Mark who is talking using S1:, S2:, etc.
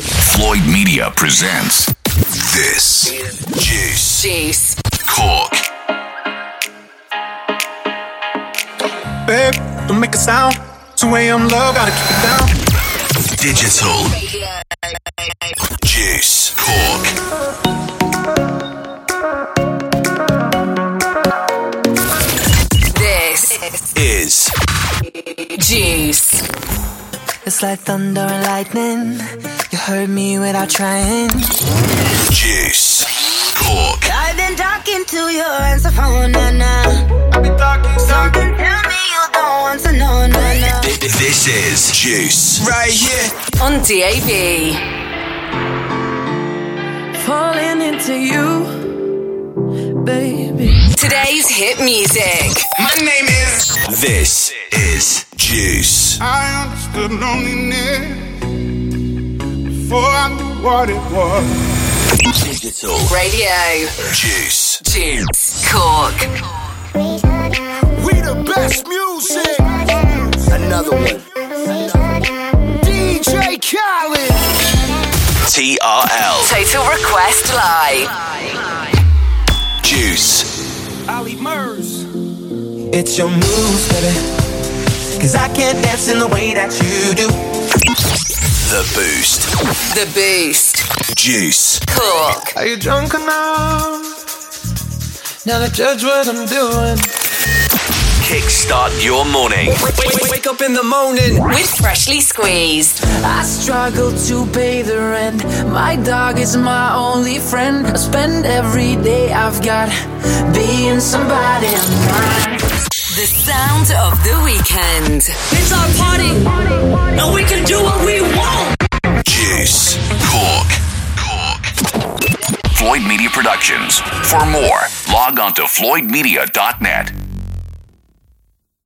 S1: Floyd Media presents. This is Juice
S2: Jeez.
S1: Cork.
S3: Babe, don't make a sound. 2 a.m. love, gotta keep it down.
S1: Digital. Juice Cork.
S2: This
S1: Is
S2: is Juice.
S4: It's like thunder and lightning. You heard me without trying.
S1: Juice Cork.
S5: I've been talking to your answer phone, na na.
S3: I be talking
S5: Something tell me you don't want to know, na na.
S1: This is Juice.
S3: right here.
S2: On DAB.
S6: falling into you, baby.
S2: Today's hit music.
S3: My name is.
S1: This is Juice.
S3: I understood loneliness before I knew what it was.
S1: Digital.
S2: Radio.
S1: Juice.
S2: Juice. Cork.
S7: We the best music. Another one. DJ Khaled.
S1: TRL.
S2: Total Request Live.
S1: Juice.
S3: Ali Murs.
S8: It's your moves, baby. Cause I can't dance in the way that you do.
S1: The Boost.
S2: The Boost.
S1: Juice.
S2: Cork.
S8: Are you drunk enough? Now to judge what I'm doing.
S1: Kickstart your morning.
S8: Wake up in the morning.
S2: With Freshly Squeezed.
S6: I struggle to pay the rent. My dog is my only friend. I spend every day I've got being somebody.
S2: The sound of the weekend.
S9: It's our party, and we can do what we want.
S1: Juice. Cork. Cork. Floyd Media Productions. For more, log on to floydmedia.net.